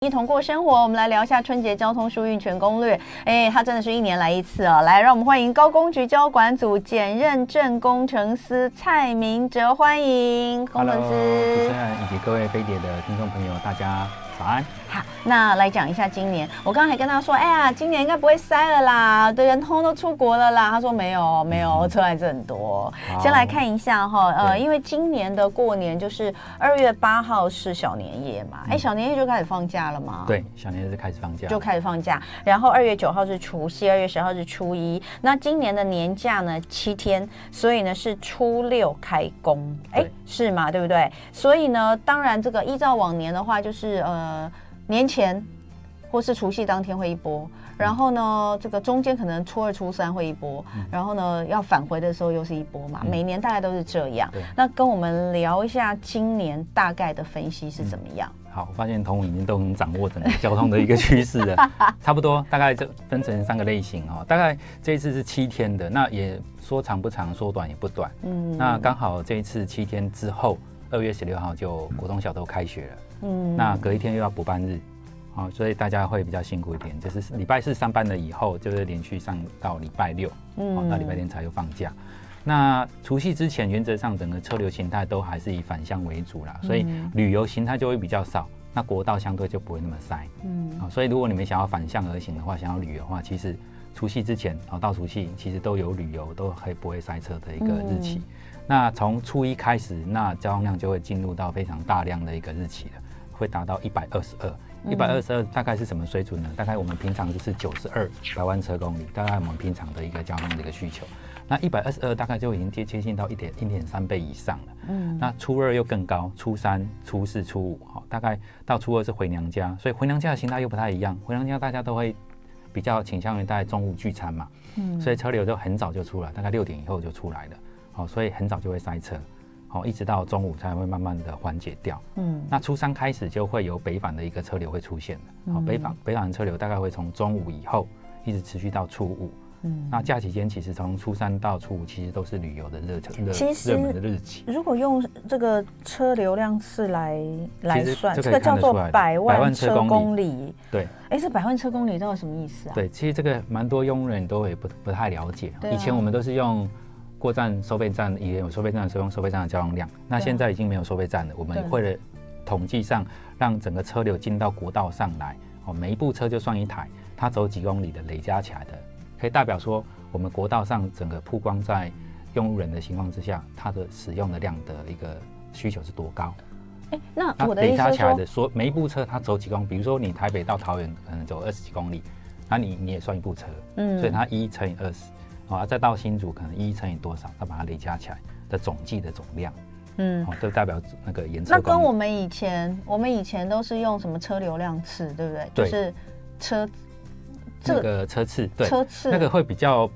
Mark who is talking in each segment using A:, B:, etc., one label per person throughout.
A: 一同过生活。我们来聊一下春节交通疏运全攻略。哎，它真的是一年来一次哦。来，让我们欢迎高工局交管组检认证工程师蔡明哲，欢迎工
B: Hello，
A: 程
B: 主
A: 师
B: 持。人以及各位飞碟的听众朋友，大家早安。
A: 好，那来讲一下今年。我刚才还跟他说，哎呀，今年应该不会塞了啦，对，人通通都出国了啦。他说没有，没
B: 嗯
A: 有，车还是很多。
B: 好
A: 先来看一下哈，呃，
B: 对
A: 因为今年的过年就是二月八号是小年夜嘛，
B: 嗯
A: 哎、小年夜就开始放假了嘛。。
B: 对，小年是开始放假，
A: 就开始放假，然后二月九号是除夕，二月十号是初一。那今年的年假呢，七天，所以呢是初六开工，哎
B: 对，
A: 是吗？对不对？所以呢，当然这个依照往年的话，就是呃年前或是除夕当天会一波，
B: 嗯
A: 然后呢这个中间可能初二、初三会一波，然后呢要返回的时候又是一波嘛，
B: 嗯
A: 每年大概都是这样
B: 对。
A: 那跟我们聊一下今年大概的分析是怎么样？
B: 好，我发现同文已经都能掌握整个 交通的一个趋势 了，差不多，大概就分成三个类型哦。大概这一次是七天的，那也说长不长，说短也不短。
A: 嗯，
B: 那刚好这一次七天之后，二月十六号就国中小都开学了，
A: 嗯
B: 那隔一天又要补班日。哦，所以大家会比较辛苦一点，就是礼拜四上班了以后，就是连续上到礼拜六，
A: 嗯
B: 哦，那礼拜天才又放假。那除夕之前，原则上整个车流形态都还是以返乡为主啦，所以
A: 嗯
B: 旅游形态就会比较少，那国道相对就不会那么塞
A: 嗯。
B: 啊、所以如果你们想要反向而行的话，想要旅游的话，其实除夕之前啊、哦到除夕其实都有旅游，都可以不会塞车的一个日期。那从初一开始，那交通量就会进入到非常大量的一个日期了，会达到一百二十二。一百二十二大概是什么水准呢？大概我们平常就是九十二百万车公里，大概我们平常的一个交通的一个需求。那一百二十二大概就已经接接近到一点一点三倍以上了。
A: 嗯
B: 那初二又更高，初三、初四、初五，好，大概到初二是回娘家，所以回娘家的形态又不太一样。回娘家大家都会比较倾向于在中午聚餐嘛，
A: 嗯
B: 所以车流就很早就出来，大概六点以后就出来了，好、所以很早就会塞车，好、一直到中午才会慢慢的缓解掉。
A: 嗯
B: 那初三开始就会有北返的一个车流会出现的，
A: 嗯
B: 好、北返北返的车流大概会从中午以后一直持续到初五。
A: 嗯，
B: 那假期间其实从初三到初五其实都是旅游的热热
A: 其实
B: 热门的日期。
A: 如果用这个车流量次来来
B: 实
A: 算，
B: 这
A: 这
B: 可以
A: 个叫
B: 看得
A: 做
B: 出来的
A: 百
B: 百
A: 万
B: 万车
A: 车
B: 公里
A: 公里。
B: 对
A: 哎，这百万车公里到底什么意思啊？
B: 对，其实这个蛮多佣人都也不不太了解、
A: 对啊
B: 以前我们都是用过站收费站，以前有收费站的时候用收费站的交通量，那
A: 对啊
B: 现在已经没有收费站了。我
A: 对
B: 们为了统计上让整个车流进到国道上来，哦，每一部车就算一台，它走几公里的累加起来的，可以代表说我们国道上整个曝光在用路人的情况之下，它的使用的量的一个需求是多高。
A: 哎，那
B: 那
A: 我的意
B: 累
A: 思
B: 加
A: 是
B: 啊起来
A: 说
B: 的，说每一部车它走几公里，比如说你台北到桃园可能走二十几公里，那你你也算一部车，
A: 嗯
B: 所以它一乘以二十，啊，再到新竹可能一乘以多少，再把它累加起来的总计的总量，
A: 嗯，
B: 哦，就代表那个延
A: 那
B: 车
A: 跟我
B: 公里。
A: 们以前，我们以前都是用什么车流量次，对不对？
B: 对
A: 就是车这
B: 那
A: 个
B: 个车次，对，
A: 车次
B: 那个会比较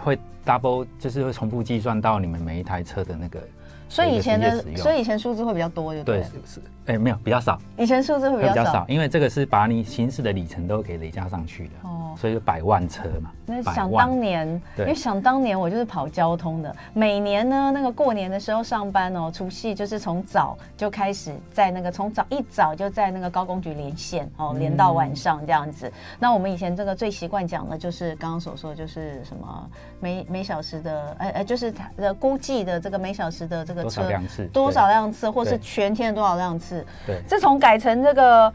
B: 会 double，就是会重复计算到你们每一台车的那个，
A: 所以以前
B: 有一个
A: 的，
B: 实际使用
A: 所以以前数字会比较多，就对
B: 对
A: 了。，
B: 是，哎、没有比较少，
A: 以前数字会
B: 会
A: 比
B: 比
A: 较
B: 较
A: 少
B: 少，。因为这个是把你行驶的里程都给累加上去的，
A: 哦
B: 所以就百万车嘛，
A: 那
B: 百
A: 想
B: 万
A: 当年，因
B: 对
A: 为想当年我就是跑交通的，每年呢那个过年的时候上班哦，除夕就是从早就开始在那个从早一早就在那个高工局连线
B: 嗯
A: 哦，连到晚上这样子。那我们以前这个最习惯讲的就是刚刚所说，就是什么每每小时的，呃呃，就是它的估计的这个每小时的这个
B: 多
A: 车
B: 少辆次，
A: 多
B: 对
A: 少辆次，或是
B: 对
A: 全天的多少辆次。
B: 对
A: 自从改成这个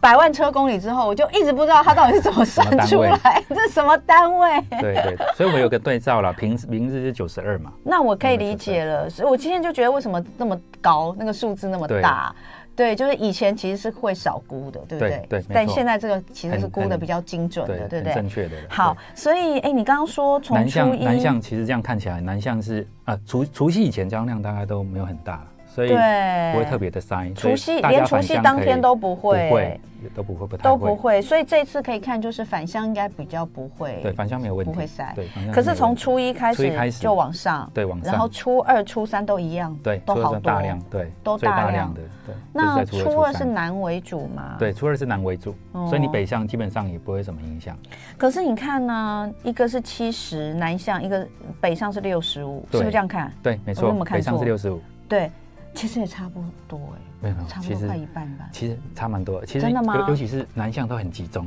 A: 百万车公里之后，我就一直不知道它到底是怎么算
B: 什么单
A: 出
B: 位
A: 来， 这什么单位？
B: 对对，所以我有个对照啦，平平日是九十二嘛，
A: 那我可以理解了，所以我今天就觉得为什么那么高，那个数字那么大。对，就是以前其实是会少估的，对不对？
B: 对对没错
A: 但现在这个其实是
B: 很
A: 估的
B: 很
A: 比较精准的，对
B: 很
A: 不对
B: 正？确的啦。
A: 好
B: 对，，
A: 所以哎，你刚刚说从
B: 南
A: 初
B: 向
A: 一，
B: 南向其实这样看起来，南向是啊，除除夕以前交通量大概都没有很大，所以
A: 对
B: 不会特别的塞。所以
A: 除夕
B: 大
A: 连
B: 家
A: 除
B: 返
A: 夕
B: 乡
A: 当
B: 可以
A: 天都不
B: 不
A: 会
B: 会都不会不太
A: 都不会，所以这次可以看就是返乡应该比较不会，
B: 对返乡没有问题，
A: 不会塞
B: 对，返乡
A: 可是
B: 没有
A: 从
B: 问题
A: 初一开
B: 初一
A: 始
B: 开始
A: 就往上，
B: 对往上
A: 然后初二、初三都一样，
B: 对
A: 都
B: 初二
A: 好
B: 是
A: 多
B: 大。量对
A: 都
B: 最
A: 大
B: 大
A: 量
B: 量的对，就是
A: 那
B: 在
A: 初二是
B: 三。
A: 南为主嘛？。
B: 对，初二是南为主，
A: 哦
B: 所以你北向基本上也不会有什么影响。
A: 可是你看呢、一个是七十南向，一个北向是六十五，是
B: 对
A: 不是这样看？
B: 对，没
A: 我
B: 错
A: 有没有，看
B: 北上
A: 错
B: 是六十五，
A: 对，其实也差不多哎、
B: 没有没有，
A: 差不
B: 哦其
A: 多
B: 实
A: 快一半吧。
B: 其实差蛮多的。其实
A: 真的吗
B: 尤尤其是南向都很集中，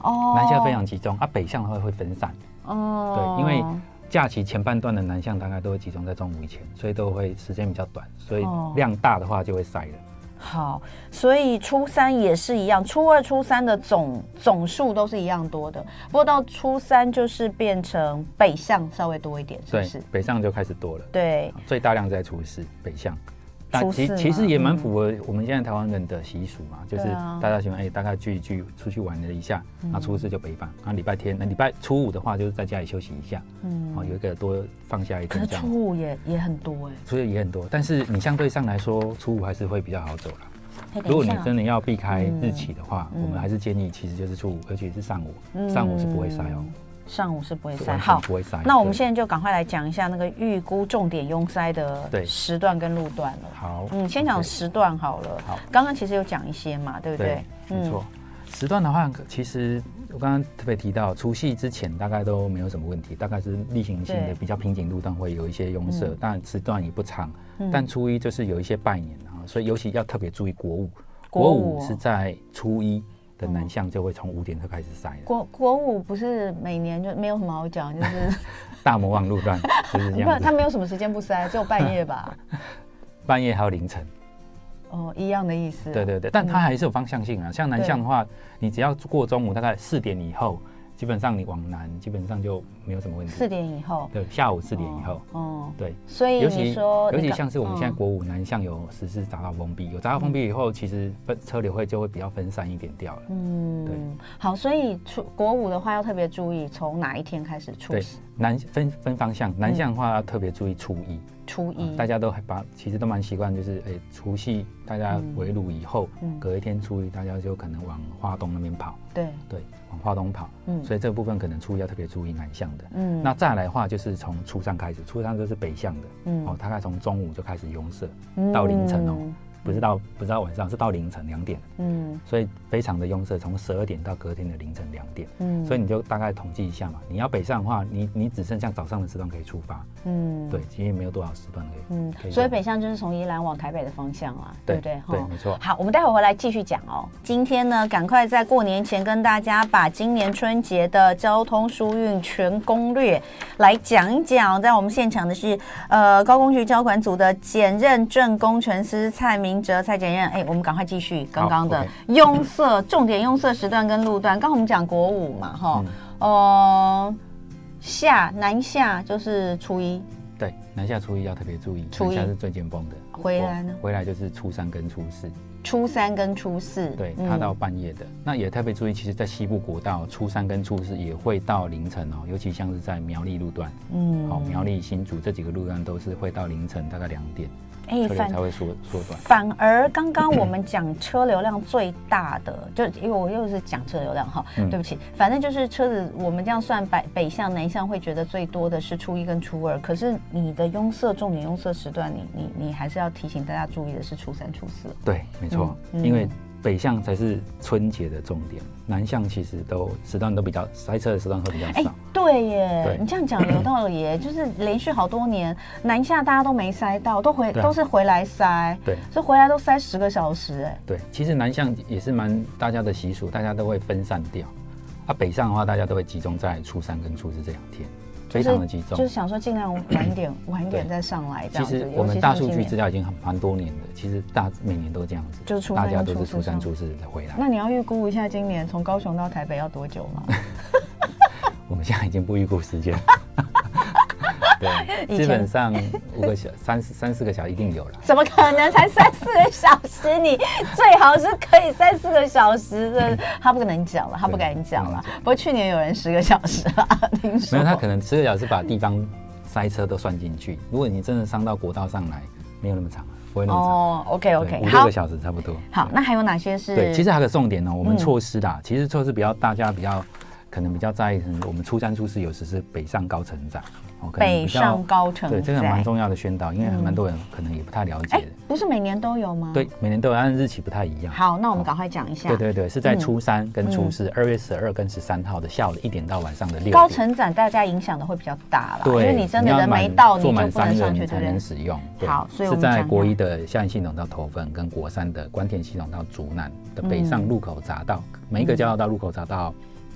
A: 哦
B: 南向非常集中，啊，北向的话会分散。
A: 哦
B: 对，因为假期前半段的南向大概都会集中在中午以前，所以都会时间比较短，所以
A: 哦
B: 量大的话就会塞了。
A: 好，所以初三也是一样，初二、初三的总总数都是一样多的，不过到初三就是变成北向稍微多一点，是不
B: 对
A: 是？，
B: 北上就开始多了，
A: 对，
B: 最大量在初四北向。但
A: 初
B: 其
A: 四
B: 其
A: 嘛
B: 实也蛮
A: 嗯
B: 符合我们现在台湾人的习俗嘛，就是
A: 对啊嗯
B: 大家喜欢哎、大概聚一聚，出去玩了一下，那初四就北返，那礼拜天，那礼拜初五的话就是在家里休息一下，
A: 嗯
B: 哦，有一个多放下一
A: 可
B: 天
A: 是
B: 这样
A: 初。五也也很多哎、
B: 初六也很多，但是你相对上来说，初五还是会比较好走啦。
A: 嘿等一
B: 如果你
A: 下
B: 真的要避开
A: 嗯
B: 日期的话，
A: 嗯
B: 我们还是建议其实就是初五，尤其是上午，上午是不会塞哦，
A: 上午是不会
B: 是
A: 嗯塞，
B: 完
A: 好
B: 全，不会塞。
A: 那我们
B: 对
A: 现在就赶快来讲一下那个预估重点拥塞的
B: 对
A: 时段跟路段了。
B: 好，
A: 嗯，先讲时段好了。
B: 好
A: 刚刚其实有讲一些嘛，对不对嗯
B: 对？，没错。时段的话，其实我刚刚特别提到，除夕之前大概都没有什么问题，大概是例行性
A: 对
B: 的比较瓶颈路段会有一些拥塞
A: 嗯，
B: 但时段也不长
A: 嗯。
B: 但初一就是有一些拜年啊，所以尤其要特别注意国五，
A: 国
B: 国
A: 五
B: 五
A: 哦
B: 是在初一的南向就会从五点就开始塞了。
A: 国国五不是每年就没有什么好讲，就是
B: 大魔王 路段就是这
A: 不
B: 样
A: 然他
B: 子，
A: 没有什么时间不塞，只有半夜 吧。
B: 半夜还有凌晨。
A: 哦，一样的意思。
B: 对对对，但它
A: 嗯
B: 还是有方向性啊。像南向的话，你只要过中午大概四点以后，基本上你往南基本上就没有什么问
A: 四
B: 题。
A: 点以后。
B: 对，下午四点以后，
A: 哦，
B: 对。
A: 所以
B: 尤
A: 你
B: 其
A: 说
B: 尤
A: 你
B: 其
A: 刚
B: 像是我们现在
A: 嗯
B: 国五南向有实施匝道封闭，有匝道封闭以后，其实分车流会就会比较分散一点掉了。对
A: 嗯，好，所以初国五的话要特别注意，从哪一天开始初
B: 对，南分分方向，南向
A: 嗯
B: 的话要特别注意初一，
A: 初
B: 啊
A: 一
B: 大家都还把其实都蛮习惯，就是诶除夕大家围炉以后，
A: 嗯
B: 隔一天初一大家就可能往花东那边跑，
A: 对，
B: 对，往花东跑，
A: 嗯
B: 所以这部分可能初一要特别注意南向的。
A: 嗯
B: 那再来的话，就是从初三开始，初三就是北向的，
A: 嗯
B: 哦，大概从中午就开始拥塞，到凌晨哦不是到不是到晚上，是到凌晨两点，
A: 嗯，
B: 所以非常的拥塞，从十二点到隔天的凌晨两点，
A: 嗯嗯，
B: 所以
A: 以
B: 你就大概统计一下嘛。你要北上的话，你你只剩下早上的时段可以出发，
A: 嗯
B: 对，其实没有多少时段可以。
A: 嗯
B: 可，以
A: 所以
B: 用
A: 北向就是从宜兰往台北的方向啦，对
B: 对
A: 不对？
B: 对
A: 齁
B: 没错
A: 好，我们待会回来继续讲哦。今天呢，赶快在过年前跟大家把今年春节的交通疏运全攻略来讲一讲。在我们现场的是呃高工局交管组的检认证工程师蔡明哲，蔡检认。哎，我们赶快继续刚刚的
B: 好
A: 拥塞重点拥塞时段跟路段。刚刚我们讲国五嘛，哈，呃，下南下就是初一，
B: 对，南下初一要特别注意，
A: 初一
B: 南下是最尖峰的。
A: 回来呢
B: 回来就是初三跟初四，
A: 初三跟初四，
B: 对，
A: 嗯
B: 它到半夜的。那也特别注意，其实，在西部国道初三跟初四也会到凌晨哦，尤其像是在苗栗路段，
A: 嗯
B: 好、苗栗、新竹这几个路段都是会到凌晨大概两点，
A: 哎
B: 车流
A: 反
B: 才会缩缩短。
A: 反而刚刚我们讲车流量最大的， 就因为我又是讲车流量哈，
B: 嗯
A: 对不起，反正就是车子，我们这样算北北向南向会觉得最多的是初一跟初二，可是你的拥塞重点拥塞时段，你你你还是要提醒大家注意的是初三初四。
B: 对，没错，
A: 嗯嗯
B: 因为北向才是春节的重点，南向其实都时段都比较塞车的时段会比较
A: 哎
B: 少。，
A: 对耶，
B: 对
A: 你这样讲有道理 耶，就是连续好多年南下大家都没塞到，都回、
B: 对啊
A: 都是回来塞，
B: 对
A: 所以回来都塞十个小时哎，
B: 对，其实南向也是蛮大家的习俗，大家都会分散掉。啊，北上的话，大家都会集中在初三跟初四这两天，非常的集
A: 就是
B: 中。
A: 想说尽量晚一点，晚一点
B: 啊对
A: 再上来这
B: 其
A: 样子。
B: 实
A: 尤
B: 我们
A: 其
B: 大
A: 像
B: 数
A: 今
B: 据
A: 年
B: 资料已经很蛮多年的，其实大每年都这样子，
A: 就是初三
B: 大家
A: 跟
B: 都是
A: 初四
B: 初三
A: 上
B: 初四才回来。
A: 那你要预估一下今年从高雄到台北要多久吗？
B: 我们现在已经不预估时间。
A: 以前
B: 对，基本上五个小三四三四个小时一定 有了。
A: 怎么可能才三四个小时？你最好是可以三四个小时的，他不能讲了，他不敢讲了
B: 不能。
A: 不过去年有人十个小时啊，听
B: 没
A: 说。
B: 有，他可能十个小时把地方塞车都算进去。如果你真的上到国道上来，没有那么长，不会那么
A: 哦，OK
B: 长。对
A: OK，
B: 五六
A: 好
B: 个，小时差不多。
A: 好，那还有哪些是？
B: 对，其实还有个重点呢、我们
A: 嗯
B: 措施啦，其实措施比较大家比较可能比较在意，可能我们出站处是有时是北上高承载，哦，可能
A: 北
B: 比较
A: 上高城
B: 对这个蛮
A: 在
B: 重要的宣导，因为还蛮多人可能也不太了解
A: 哎
B: 的。，
A: 不是每年都有吗？
B: 对，，每年都有，但是日期不太一样。
A: 好，那我们赶快讲一下。
B: 对对对，是在
A: 嗯
B: 初三跟初四，二、月十二跟十三号的下午一点到晚上的六点。
A: 高层展大家影响的会比较大啦，因
B: 对，
A: 为你真的
B: 要
A: 人没
B: 满
A: 到，你
B: 坐
A: 就不
B: 满
A: 能
B: 三
A: 上
B: 人
A: 去，对
B: 才
A: 不对
B: 能？使用。对
A: 好所以我
B: 是
A: 们讲
B: 在
A: 一下
B: 国一的下行系统到头份，跟国三的关田系统到竹南的北上
A: 嗯
B: 入口匝道，每一个交流道入口匝道，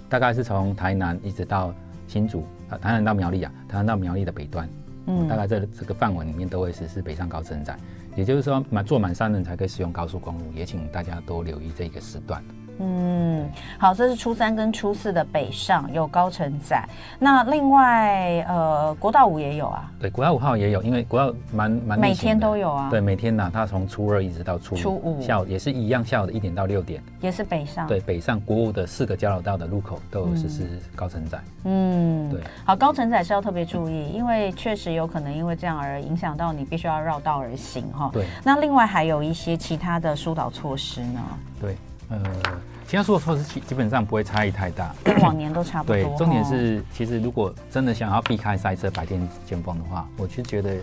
B: 大概是从台南一直到新竹，啊，台南到苗栗啊，台南到苗栗的北端，
A: 嗯
B: 大概这这个范围里面都会实施北上高承载。也就是说，满坐满三人才可以使用高速公路，也请大家多留意这个时段。
A: 嗯，好，这是初三跟初四的北上有高承载，那另外呃国道五也有啊，
B: 对，国道五号也有，因为国道蛮蛮
A: 每
B: 例行
A: 天
B: 的
A: 都有啊
B: 对，每天呐、它从初二一直到初五
A: 初五啊
B: 下午也是一样，下午的一点到六点，
A: 也是北上。
B: 对，，北上国五的四个交流道的路口都有实施高承载。
A: 嗯，
B: 对，
A: 好，高承载是要特别注意，因为确实有可能因为这样而影响到你，必须要绕道而行哈。
B: 对
A: 那另外还有一些其他的疏导措施 呢，
B: 对，呃，其他所有措施基基本上不会差异太大。
A: 跟往年都差不多。
B: 对，重点
A: 哈
B: 是，其实如果真的想要避开塞车、白天尖峰的话，我是觉得，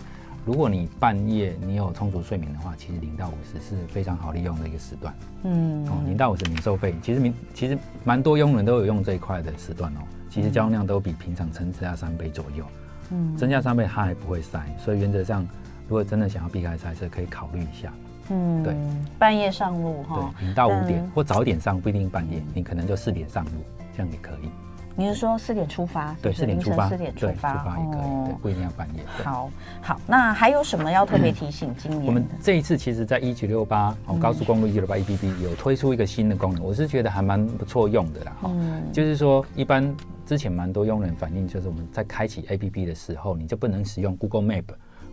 B: 如果你半夜你有充足睡眠的话，其实零到五十是非常好利用的一个时段。
A: 嗯
B: 哦，零到五十免收费，其实民其实蛮多佣人都有用这一块的时段哦。其实交通量都比平常增加三倍左右，
A: 嗯
B: 增加三倍它还不会塞，所以原则上，如果真的想要避开塞车，可以考虑一下。
A: 嗯
B: 对，
A: 半夜上路哈。
B: 对，零到五点
A: 嗯
B: 或早一点上，不一定半夜，你可能就四点上路，这样也可以。
A: 你是说四点出发？
B: 对，
A: 是
B: 四点
A: 凌
B: 出
A: 晨
B: 发，
A: 四点出
B: 对，出
A: 发，
B: 发也可以，对，
A: 哦
B: 不一定要半夜。对
A: 好好，那还有什么要特别提醒今
B: 我
A: 年
B: 们
A: 的？
B: 这一次其实，在一九六八
A: 嗯
B: 哦高速公路一九六八 EPB 有推出一个新的功能，我是觉得还蛮不错用的啦。哈、哦
A: 嗯，
B: 就是说，一般之前蛮多用人反映，就是我们在开启 APP 的时候，你就不能使用 Google Map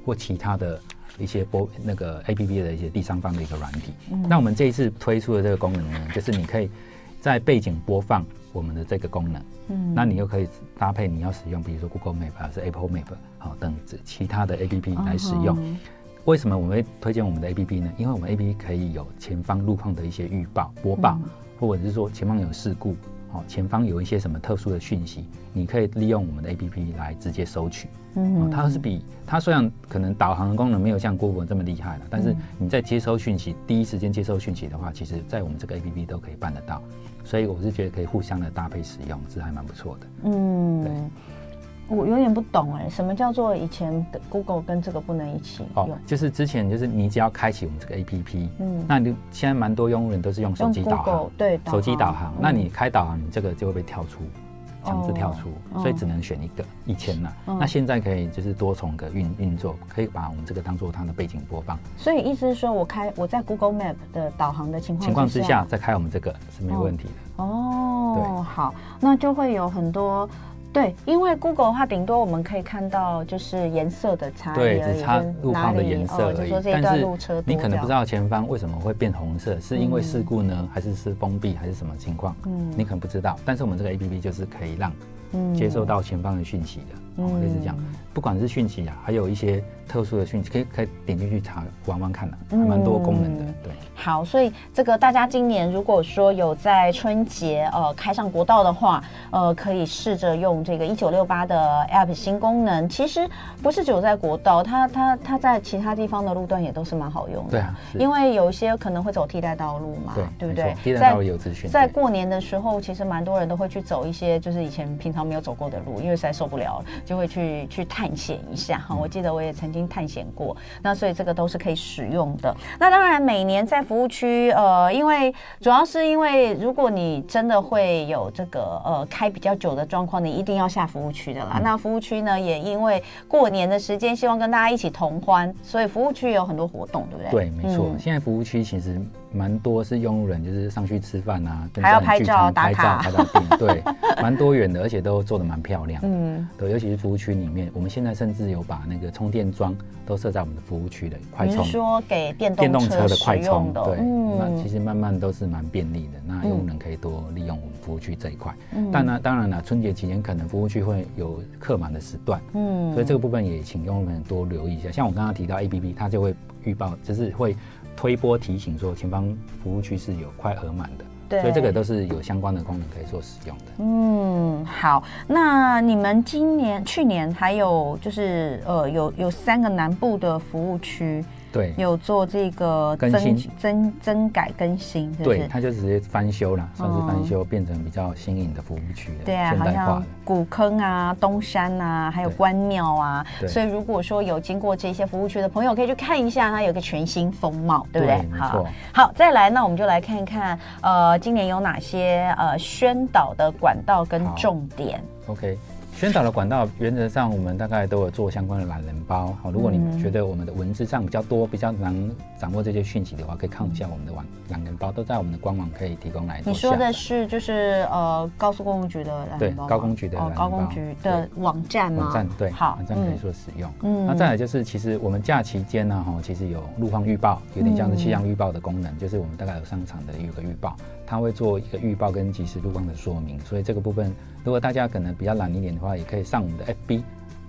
B: 或其他的一些播那个 APP 的一些第三方的一个软体。那我们这一次推出的这个功能呢，就是你可以在背景播放我们的这个功能，
A: 嗯
B: 那你又可以搭配你要使用，比如说 Google Map 还是 Apple Map 好、等这其他的 APP 来使用。
A: 嗯
B: 为什么我们会推荐我们的 APP 呢？因为我们 APP 可以有前方路况的一些预报、播报，或者是说前方有事故，哦，前方有一些什么特殊的讯息，你可以利用我们的 APP 来直接收取。哦
A: 嗯，
B: 它是比它虽然可能导航的功能没有像 Google 这么厉害了，但
A: 嗯
B: 是你在接收讯息、第一时间接收讯息的话，其实在我们这个 APP 都可以办得到。所以我是觉得可以互相的搭配使用，是还蛮不错的。
A: 嗯
B: 对。
A: 我有点不懂哎，什么叫做以前的 Google 跟这个不能一起
B: 哦
A: 用？，
B: 就是之前就是你只要开启我们这个 APP，
A: 嗯
B: 那你就现在蛮多用户人都是用手
A: 用
B: 机导
A: Google
B: 航，
A: 对导航
B: 手机导航
A: 嗯，
B: 那你开导航，你这个就会被跳出，强制跳出，
A: 哦
B: 所以只能选一个一千呐。
A: 嗯
B: 那现在可以就是多重个运运作，可以把我们这个当做它的背景播放
A: 所以意思是说，我开我在 Google Map 的导航的情况
B: 情况之下，再开我们这个是没有问题的。
A: 哦
B: 对，
A: 好，那就会有很多。对，因为 Google 的话，顶多我们可以看到就是颜色的差
B: 对，
A: 异而已，
B: 只差
A: 跟
B: 路
A: 哪
B: 况的
A: 里
B: 颜色
A: 哦就
B: 而已
A: 说。这一
B: 但
A: 段
B: 是
A: 路车多
B: 你可能不知
A: 这样，
B: 道前方为什么会变红色，是因为事故呢，还是是封闭，还是什么情况？
A: 嗯
B: 你可能不知道。但是我们这个 A P P 就是可以让
A: 嗯
B: 接收到前方的讯息的，哦，类似这样
A: 嗯。
B: 不管是讯息啊，还有一些特殊的讯息，可以可以点进去查玩玩看的、啊还蛮多功能的
A: 嗯。
B: 对，
A: 好，所以这个大家今年如果说有在春节呃开上国道的话，呃，可以试着用这个一九六八的 App 新功能。其实不是只有在国道，它它它在其他地方的路段也都是蛮好用的。
B: 对啊是
A: 因为有一些可能会走替代道路嘛，
B: 对
A: 不
B: 没
A: 对
B: 错？替代
A: 在
B: 道路有资讯
A: 在
B: 对
A: 过年的时候，其实蛮多人都会去走一些就是以前平常没有走过的路，因为实在受不了了，就会去去探险一下
B: 嗯
A: 哈。我记得我也曾经探险过，那所以这个都是可以使用的。那当然，每年在服务区，呃，因为主要是因为如果你真的会有这个呃开比较久的状况，你一定要下服务区的啦。
B: 嗯
A: 那服务区呢，也因为过年的时间，希望跟大家一起同欢，所以服务区也有很多活动，对不对？
B: 对，没错。
A: 嗯
B: 现在服务区其实蛮多是用户人，就是上去吃饭啊，跟
A: 还要
B: 家人
A: 拍
B: 聚
A: 照
B: 餐
A: 打
B: 拍照、
A: 卡
B: 拍照 片，对，蛮多元的，而且都做的蛮漂亮的。
A: 嗯
B: 对，尤其是服务区里面，我们现在甚至有把那个充电桩都设在我们的服务区的快
A: 你是
B: 充。
A: 说给电
B: 电
A: 动
B: 动车
A: 车
B: 的
A: 使
B: 快充
A: 用，的？
B: 对，那
A: 嗯
B: 其实慢慢都是蛮便利的。那用户人可以多利用我们服务区这一块。
A: 嗯
B: 但呢，当然了，春节期间可能服务区会有客满的时段，
A: 嗯
B: 所以这个部分也请用户们多留意一下。像我刚刚提到 APP，它就会预报，就是会推波提醒说前方服务区是有快额满的。
A: 对
B: 所以这个都是有相关的功能可以做使用的。
A: 嗯，好，那你们今年、去年还有就是呃，有有三个南部的服务区
B: 对，
A: 有做这个
B: 更
A: 增
B: 新
A: 增增改更新，是不
B: 对，
A: 是？
B: 它就直接翻修了，算是
A: 嗯
B: 翻修，变成比较新颖的服务区了，
A: 对啊，
B: 现
A: 好
B: 代化
A: 像
B: 了。
A: 古坑啊、东山啊，还有
B: 对
A: 关庙啊，
B: 对
A: 所以如果说有经过这些服务区的朋友，可以去看一下，它有个全新风貌，对不对？
B: 对没错
A: 好，再来，那我们就来看一看，呃，今年有哪些呃宣导的管道跟
B: 好
A: 重点？
B: OK，宣导的管道原则上我们大概都有做相关的懒人包。好，如果
A: 嗯
B: 你觉得我们的文字上比较多，比较难掌握这些讯息的话，可以看一下我们的网懒人包，都在我们的官网可以提供来做
A: 你
B: 下载。
A: 说的是就是呃高速公路局的懒人
B: 对
A: 包吗
B: 高公局的
A: 哦
B: 懒人
A: 高公
B: 包
A: 局的网站吗？
B: 网站对，
A: 嗯好
B: 网站可以做使用。
A: 嗯
B: 那再来就是，其实我们假期间呢，哈，其实有路况预报，有点像是气象预报的功
A: 嗯
B: 能，就是我们大概有上场的有个预报，它会做一个预报跟及时路况的说明。所以这个部分，如果大家可能比较懒一点的话，也可以上我们的 FB，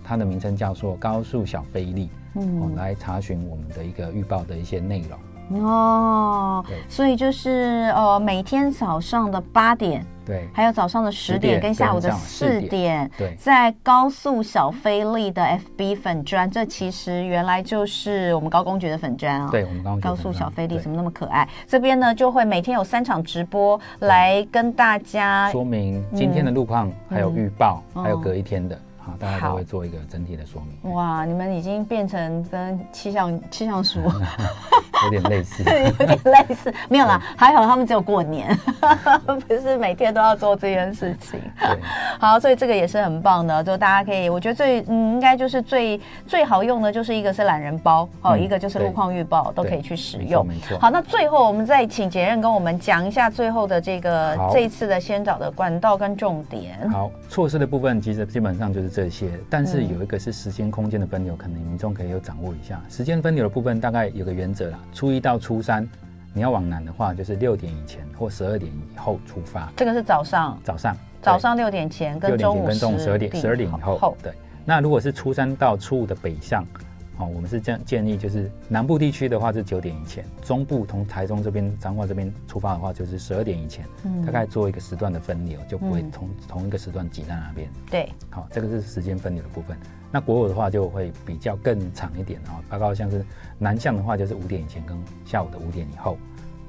B: 它的名称叫做高速小飞力，哦，来查询我们的一个预报的一些内容。
A: 嗯哦
B: 对，
A: 所以就是呃每天早上的八点，
B: 对
A: 还有早上的十点
B: 10点
A: 跟下午的
B: 跟下午
A: 四
B: 4
A: 点，
B: 对
A: 在高速小菲利的 FB 粉砖，这其实原来就是我们高公局的粉砖啊、
B: 对，我们刚刚
A: 高速小飞
B: 飞
A: 力怎么那么可爱？这边呢就会每天有三场直播来跟大家
B: 说明今天的路况，还有预报，
A: 嗯
B: 还有隔一天的，好，大家
A: 好
B: 都会做一个整体的说明。
A: 哇，你们已经变成跟气象气象 署
B: 有点 类似。
A: 有点类似，没有
B: 嗯
A: 啦，还好他们只有过年， 不是每天都要做这件事情。
B: 对，
A: 好，所以这个也是很棒的，就大家可以，我觉得最嗯，应该就是最最好用的就是一个是懒人包，哦，
B: 嗯
A: 一个就是
B: 对
A: 路况预报，都可以
B: 对
A: 去使
B: 没错
A: 用。
B: 没错
A: 好，那最后我们再请杰任跟我们讲一下最后的这个
B: 好
A: 这一次的先导的管道跟重点。
B: 好，措施的部分其实基本上就是这些，但
A: 嗯
B: 是有一个是时间空间的分流，可能民众可以有掌握一下。时间分流的部分大概有个原则啦，初一到初三，你要往南的话，就是六点以前或十二点以后出发，
A: 这个是早上，
B: 早上
A: 早上六点前
B: 六
A: 跟
B: 点
A: 中
B: 前
A: 午
B: 跟中午十二点十二点以后，对。那如果是初三到初五的北上，好、我们是这样建议，就是南部地区的话是九点以前，中部从台中这边、彰化这边出发的话，就是十二点以前，
A: 嗯
B: 大概做一个时段的分流，就不会
A: 嗯
B: 同、同一个时段挤在那边。
A: 对，
B: 好，这个是时间分流的部分。那国有的话就会比较更长一点啊、哦，包括像是南向的话就是五点以前跟下午的五点以后，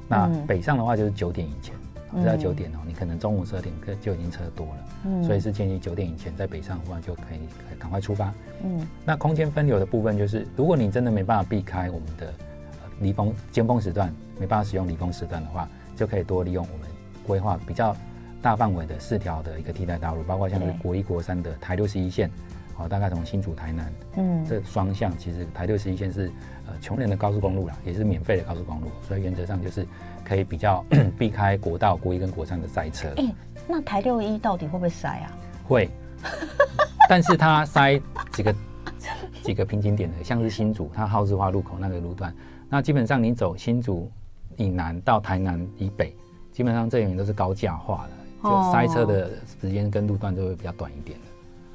B: 那
A: 嗯
B: 北上的话就是九点以前，哦
A: 嗯
B: 是在九点哦，你可能中午十二点可就已经车多了，
A: 嗯
B: 所以是建议九点以前在北上的话就可以可以赶快出发。
A: 嗯
B: 那空间分流的部分就是，如果你真的没办法避开我们的呃离峰尖峰时段，没办法使用离峰时段的话，就可以多利用我们规划比较大范围的四条的一个替代道路，包括像是
A: 对
B: 国一、国三的台六十一线，哦，大概从新竹、台南
A: 嗯，
B: 这双向，其实台六十一线是呃穷人的高速公路啦，也是免费的高速公路，所以原则上就是可以比较 避开国道、国一跟国三的塞车。
A: 哎、那台六一到底会不会塞啊？
B: 会， 但是它塞几个几个瓶颈点的，像是新竹，它耗志化路口那个路段，那基本上你走新竹以南到台南以北，基本上这里都是高架化的，
A: 哦
B: 就塞车的时间跟路段就会比较短一点的。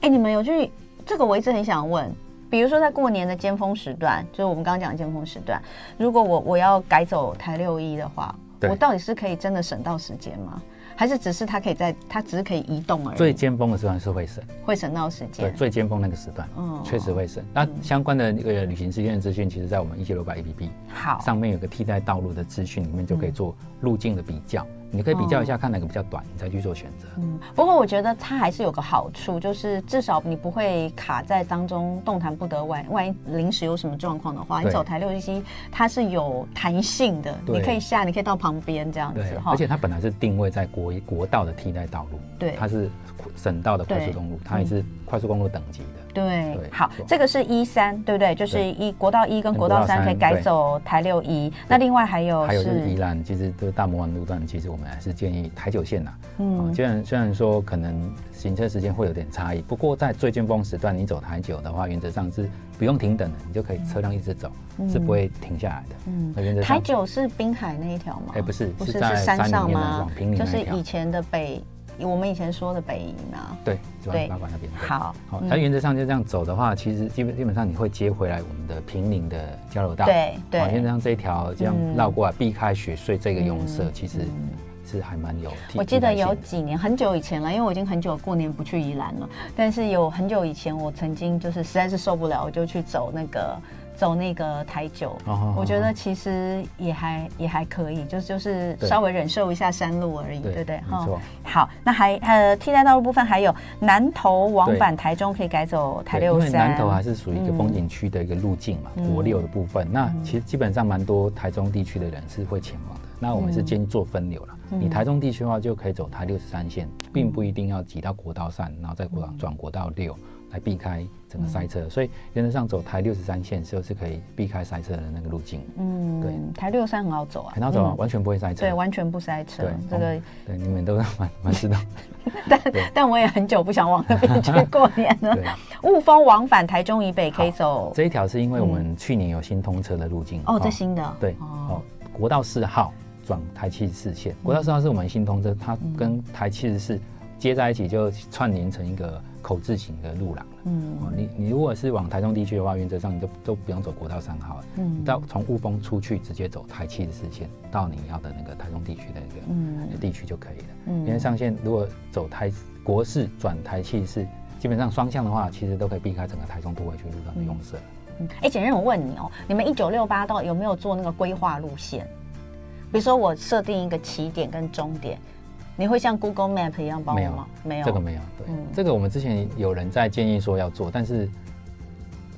A: 哎、你们有去？这个我一直很想问。比如说，在过年的尖峰时段，就是我们刚刚讲的尖峰时段，如果我我要改走台六一的话，
B: 对
A: 我到底是可以真的省到时间吗？还是只是它可以在它只是可以移动而已，
B: 最尖峰的时段是会省，
A: 会省到时
B: 对，
A: 间？
B: 最尖峰那个时段
A: 嗯，
B: 确实会省。那相关的那个旅行事件的资讯，其实在我们一七六百 APP。
A: 好，
B: 上面有个替代道路的资讯，里面就可以做路径的比较，你可以比较一下看哪个比较短，你再去做选择。
A: 嗯，不过我觉得它还是有个好处，就是至少你不会卡在当中动弹不得。万万一临时有什么状况的话，你
B: 对
A: 走台六一七，它是有弹性的，
B: 对
A: 你可以下，你可以到旁边这样子
B: 对，
A: 哈
B: 而。且它本来是定位在国国道的替代道路，
A: 对嗯
B: 它是省道的快速公路，它也是快速公路等级的。
A: 对
B: 对，
A: 好
B: 没错，
A: 这个是一三，对不对？就是
B: 对
A: 一国道一跟
B: 跟
A: 国道
B: 国道
A: 三
B: 三
A: 可以改走台六一，那另外还有
B: 还有就是宜
A: 哦是
B: 兰，其实就是大魔王路段，其实我们还是建议台九线呐、啊。
A: 嗯
B: 嗯，虽然虽然说可能行车时间会有点差异，不过在最尖峰时段你走台九的话，原则上是不用停等的，你就可以车辆一直走，是不会停下来的。
A: 嗯
B: 嗯，原则
A: 台
B: 上
A: 九是滨海那一条吗？
B: 哎不是
A: 不
B: 是
A: 是
B: 在
A: 是山
B: 山
A: 上
B: 里面的
A: 吗
B: 往平？岭
A: 就
B: 那
A: 是
B: 条
A: 以前的北，我们以前说的北营啊。
B: 对，九
A: 对
B: 万八馆那边。对
A: 好
B: 好，
A: 嗯
B: 它原则上就这样走的话，其实基本基本上你会接回来我们的平林的交流道。
A: 对对
B: 好原则上这一条这样
A: 嗯
B: 绕过来，避开雪隧这个拥塞，其实是还蛮有替。
A: 我记得
B: 替代性
A: 有
B: 的
A: 几年很久以前了，因为我已经很久过年不去宜兰了。但是有很久以前，我曾经就是实在是受不了，我就去走那个走那个台九。
B: 哦
A: 我觉得其实也还也还可以，就是就是
B: 对
A: 稍微忍受一下山路而已，对
B: 对
A: 不对？
B: 哦没错。
A: 好，那还呃替代道路部分还有南投往
B: 对
A: 返台中可以改走台
B: 对因
A: 六
B: 为
A: 三，
B: 南投还是属于一个
A: 嗯
B: 风景区的一个路径嘛，
A: 嗯
B: 国六的部分。那其实基本上蛮多台中地区的人是会前往的。那我们是建议做分流了。
A: 嗯
B: 你台中地区的话，就可以走台六十三线，并不一定要挤到国道三，然后再国道
A: 嗯
B: 转国道六来避开整个塞车。所以原则上走台六十三线就是可以避开塞车的那个路径。对
A: 嗯，台六三很好走啊，
B: 海盗走
A: 嗯
B: 完全不会塞车。
A: 对，完全不塞车
B: 对，
A: 这个
B: 哦对你们都蛮蛮知道。
A: 但我也很久不想往那边 去过年了。
B: 对，
A: 雾峰往返台中以北可以走
B: 这一条是因为我们去年有新通车的路径
A: 嗯哦，这新的
B: 对，
A: 哦嗯
B: 哦，国道四号转台七十四线，国道四号是我们新通车，它跟台七十四接在一起就串联成一个口字形的路廊了。哦
A: 嗯，
B: 你你如果是往台中地区的话，原则上你就都不用走国道三号了，
A: 嗯
B: 你到从雾峰出去直接走台七十四线到你要的那个台中地区的一个
A: 嗯
B: 地区就可以了。
A: 嗯
B: 因为上线如果走台国四转台七十四，基本上双向的话，其实都可以避开整个台中都会区路段的拥塞。
A: 嗯哎，简任，我问你哦，你们一九六八到底有没有做那个规划路线？比如说我设定一个起点跟终点，你会像 Google Map 一样帮我
B: 没有
A: 吗？没有，
B: 这个没有，对，
A: 嗯
B: 这个我们之前有人在建议说要做，但是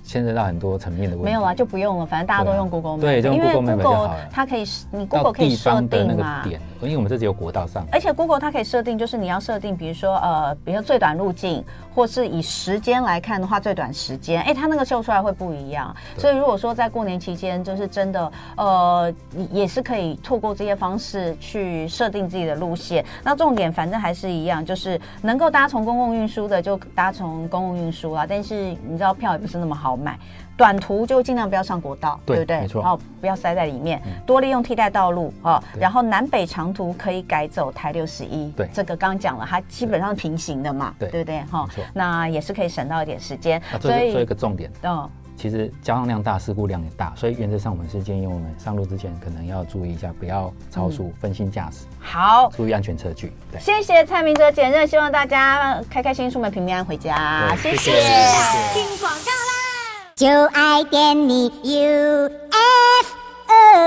B: 牵涉到很多层面的问题。
A: 没有啊啦，就不用了，反正大家都用 Google Map，
B: 对就用
A: 因为
B: Google Map 就好了
A: Google 它可以，你
B: 到
A: Google 可以
B: 地
A: 设
B: 方的那
A: 定
B: 个
A: 嘛。
B: 点，因为我们这只有国道上，
A: 而且 Google 它可以设定，就是你要设定，比如说呃，比如说最短路径，或是以时间来看的话，最短时间，哎，它那个秀出来会不一样。
B: 对
A: 所以如果说在过年期间，就是真的呃，也也是可以透过这些方式去设定自己的路线。那重点反正还是一样，就是能够搭乘公共运输的就搭乘公共运输啦。但是你知道票也不是那么好买。短途就尽量不要上国道，
B: 对
A: 不对？
B: 没错
A: 哦，不要塞在里面，多利用替代道路哦。
B: 嗯对
A: 然后南北长途可以改走台六十一，
B: 对
A: 这个刚刚讲了，它基本上是平行的嘛，
B: 对
A: 不对？哈
B: 没错
A: 那也是可以省到一点时间
B: 啊，，这是做一个重点。
A: 嗯
B: 其实交通量大，事故量也大，所以原则上我们是建议我们上路之前可能要注意一下，不要超
A: 嗯
B: 速、分心驾驶，
A: 好。
B: 注意安全车距。对，
A: 谢谢蔡明哲简任，希望大家开开心心出门，平平安安回家。谢
B: 对谢
A: 谢
B: 谢谢谢。
C: 就爱点你 UFO。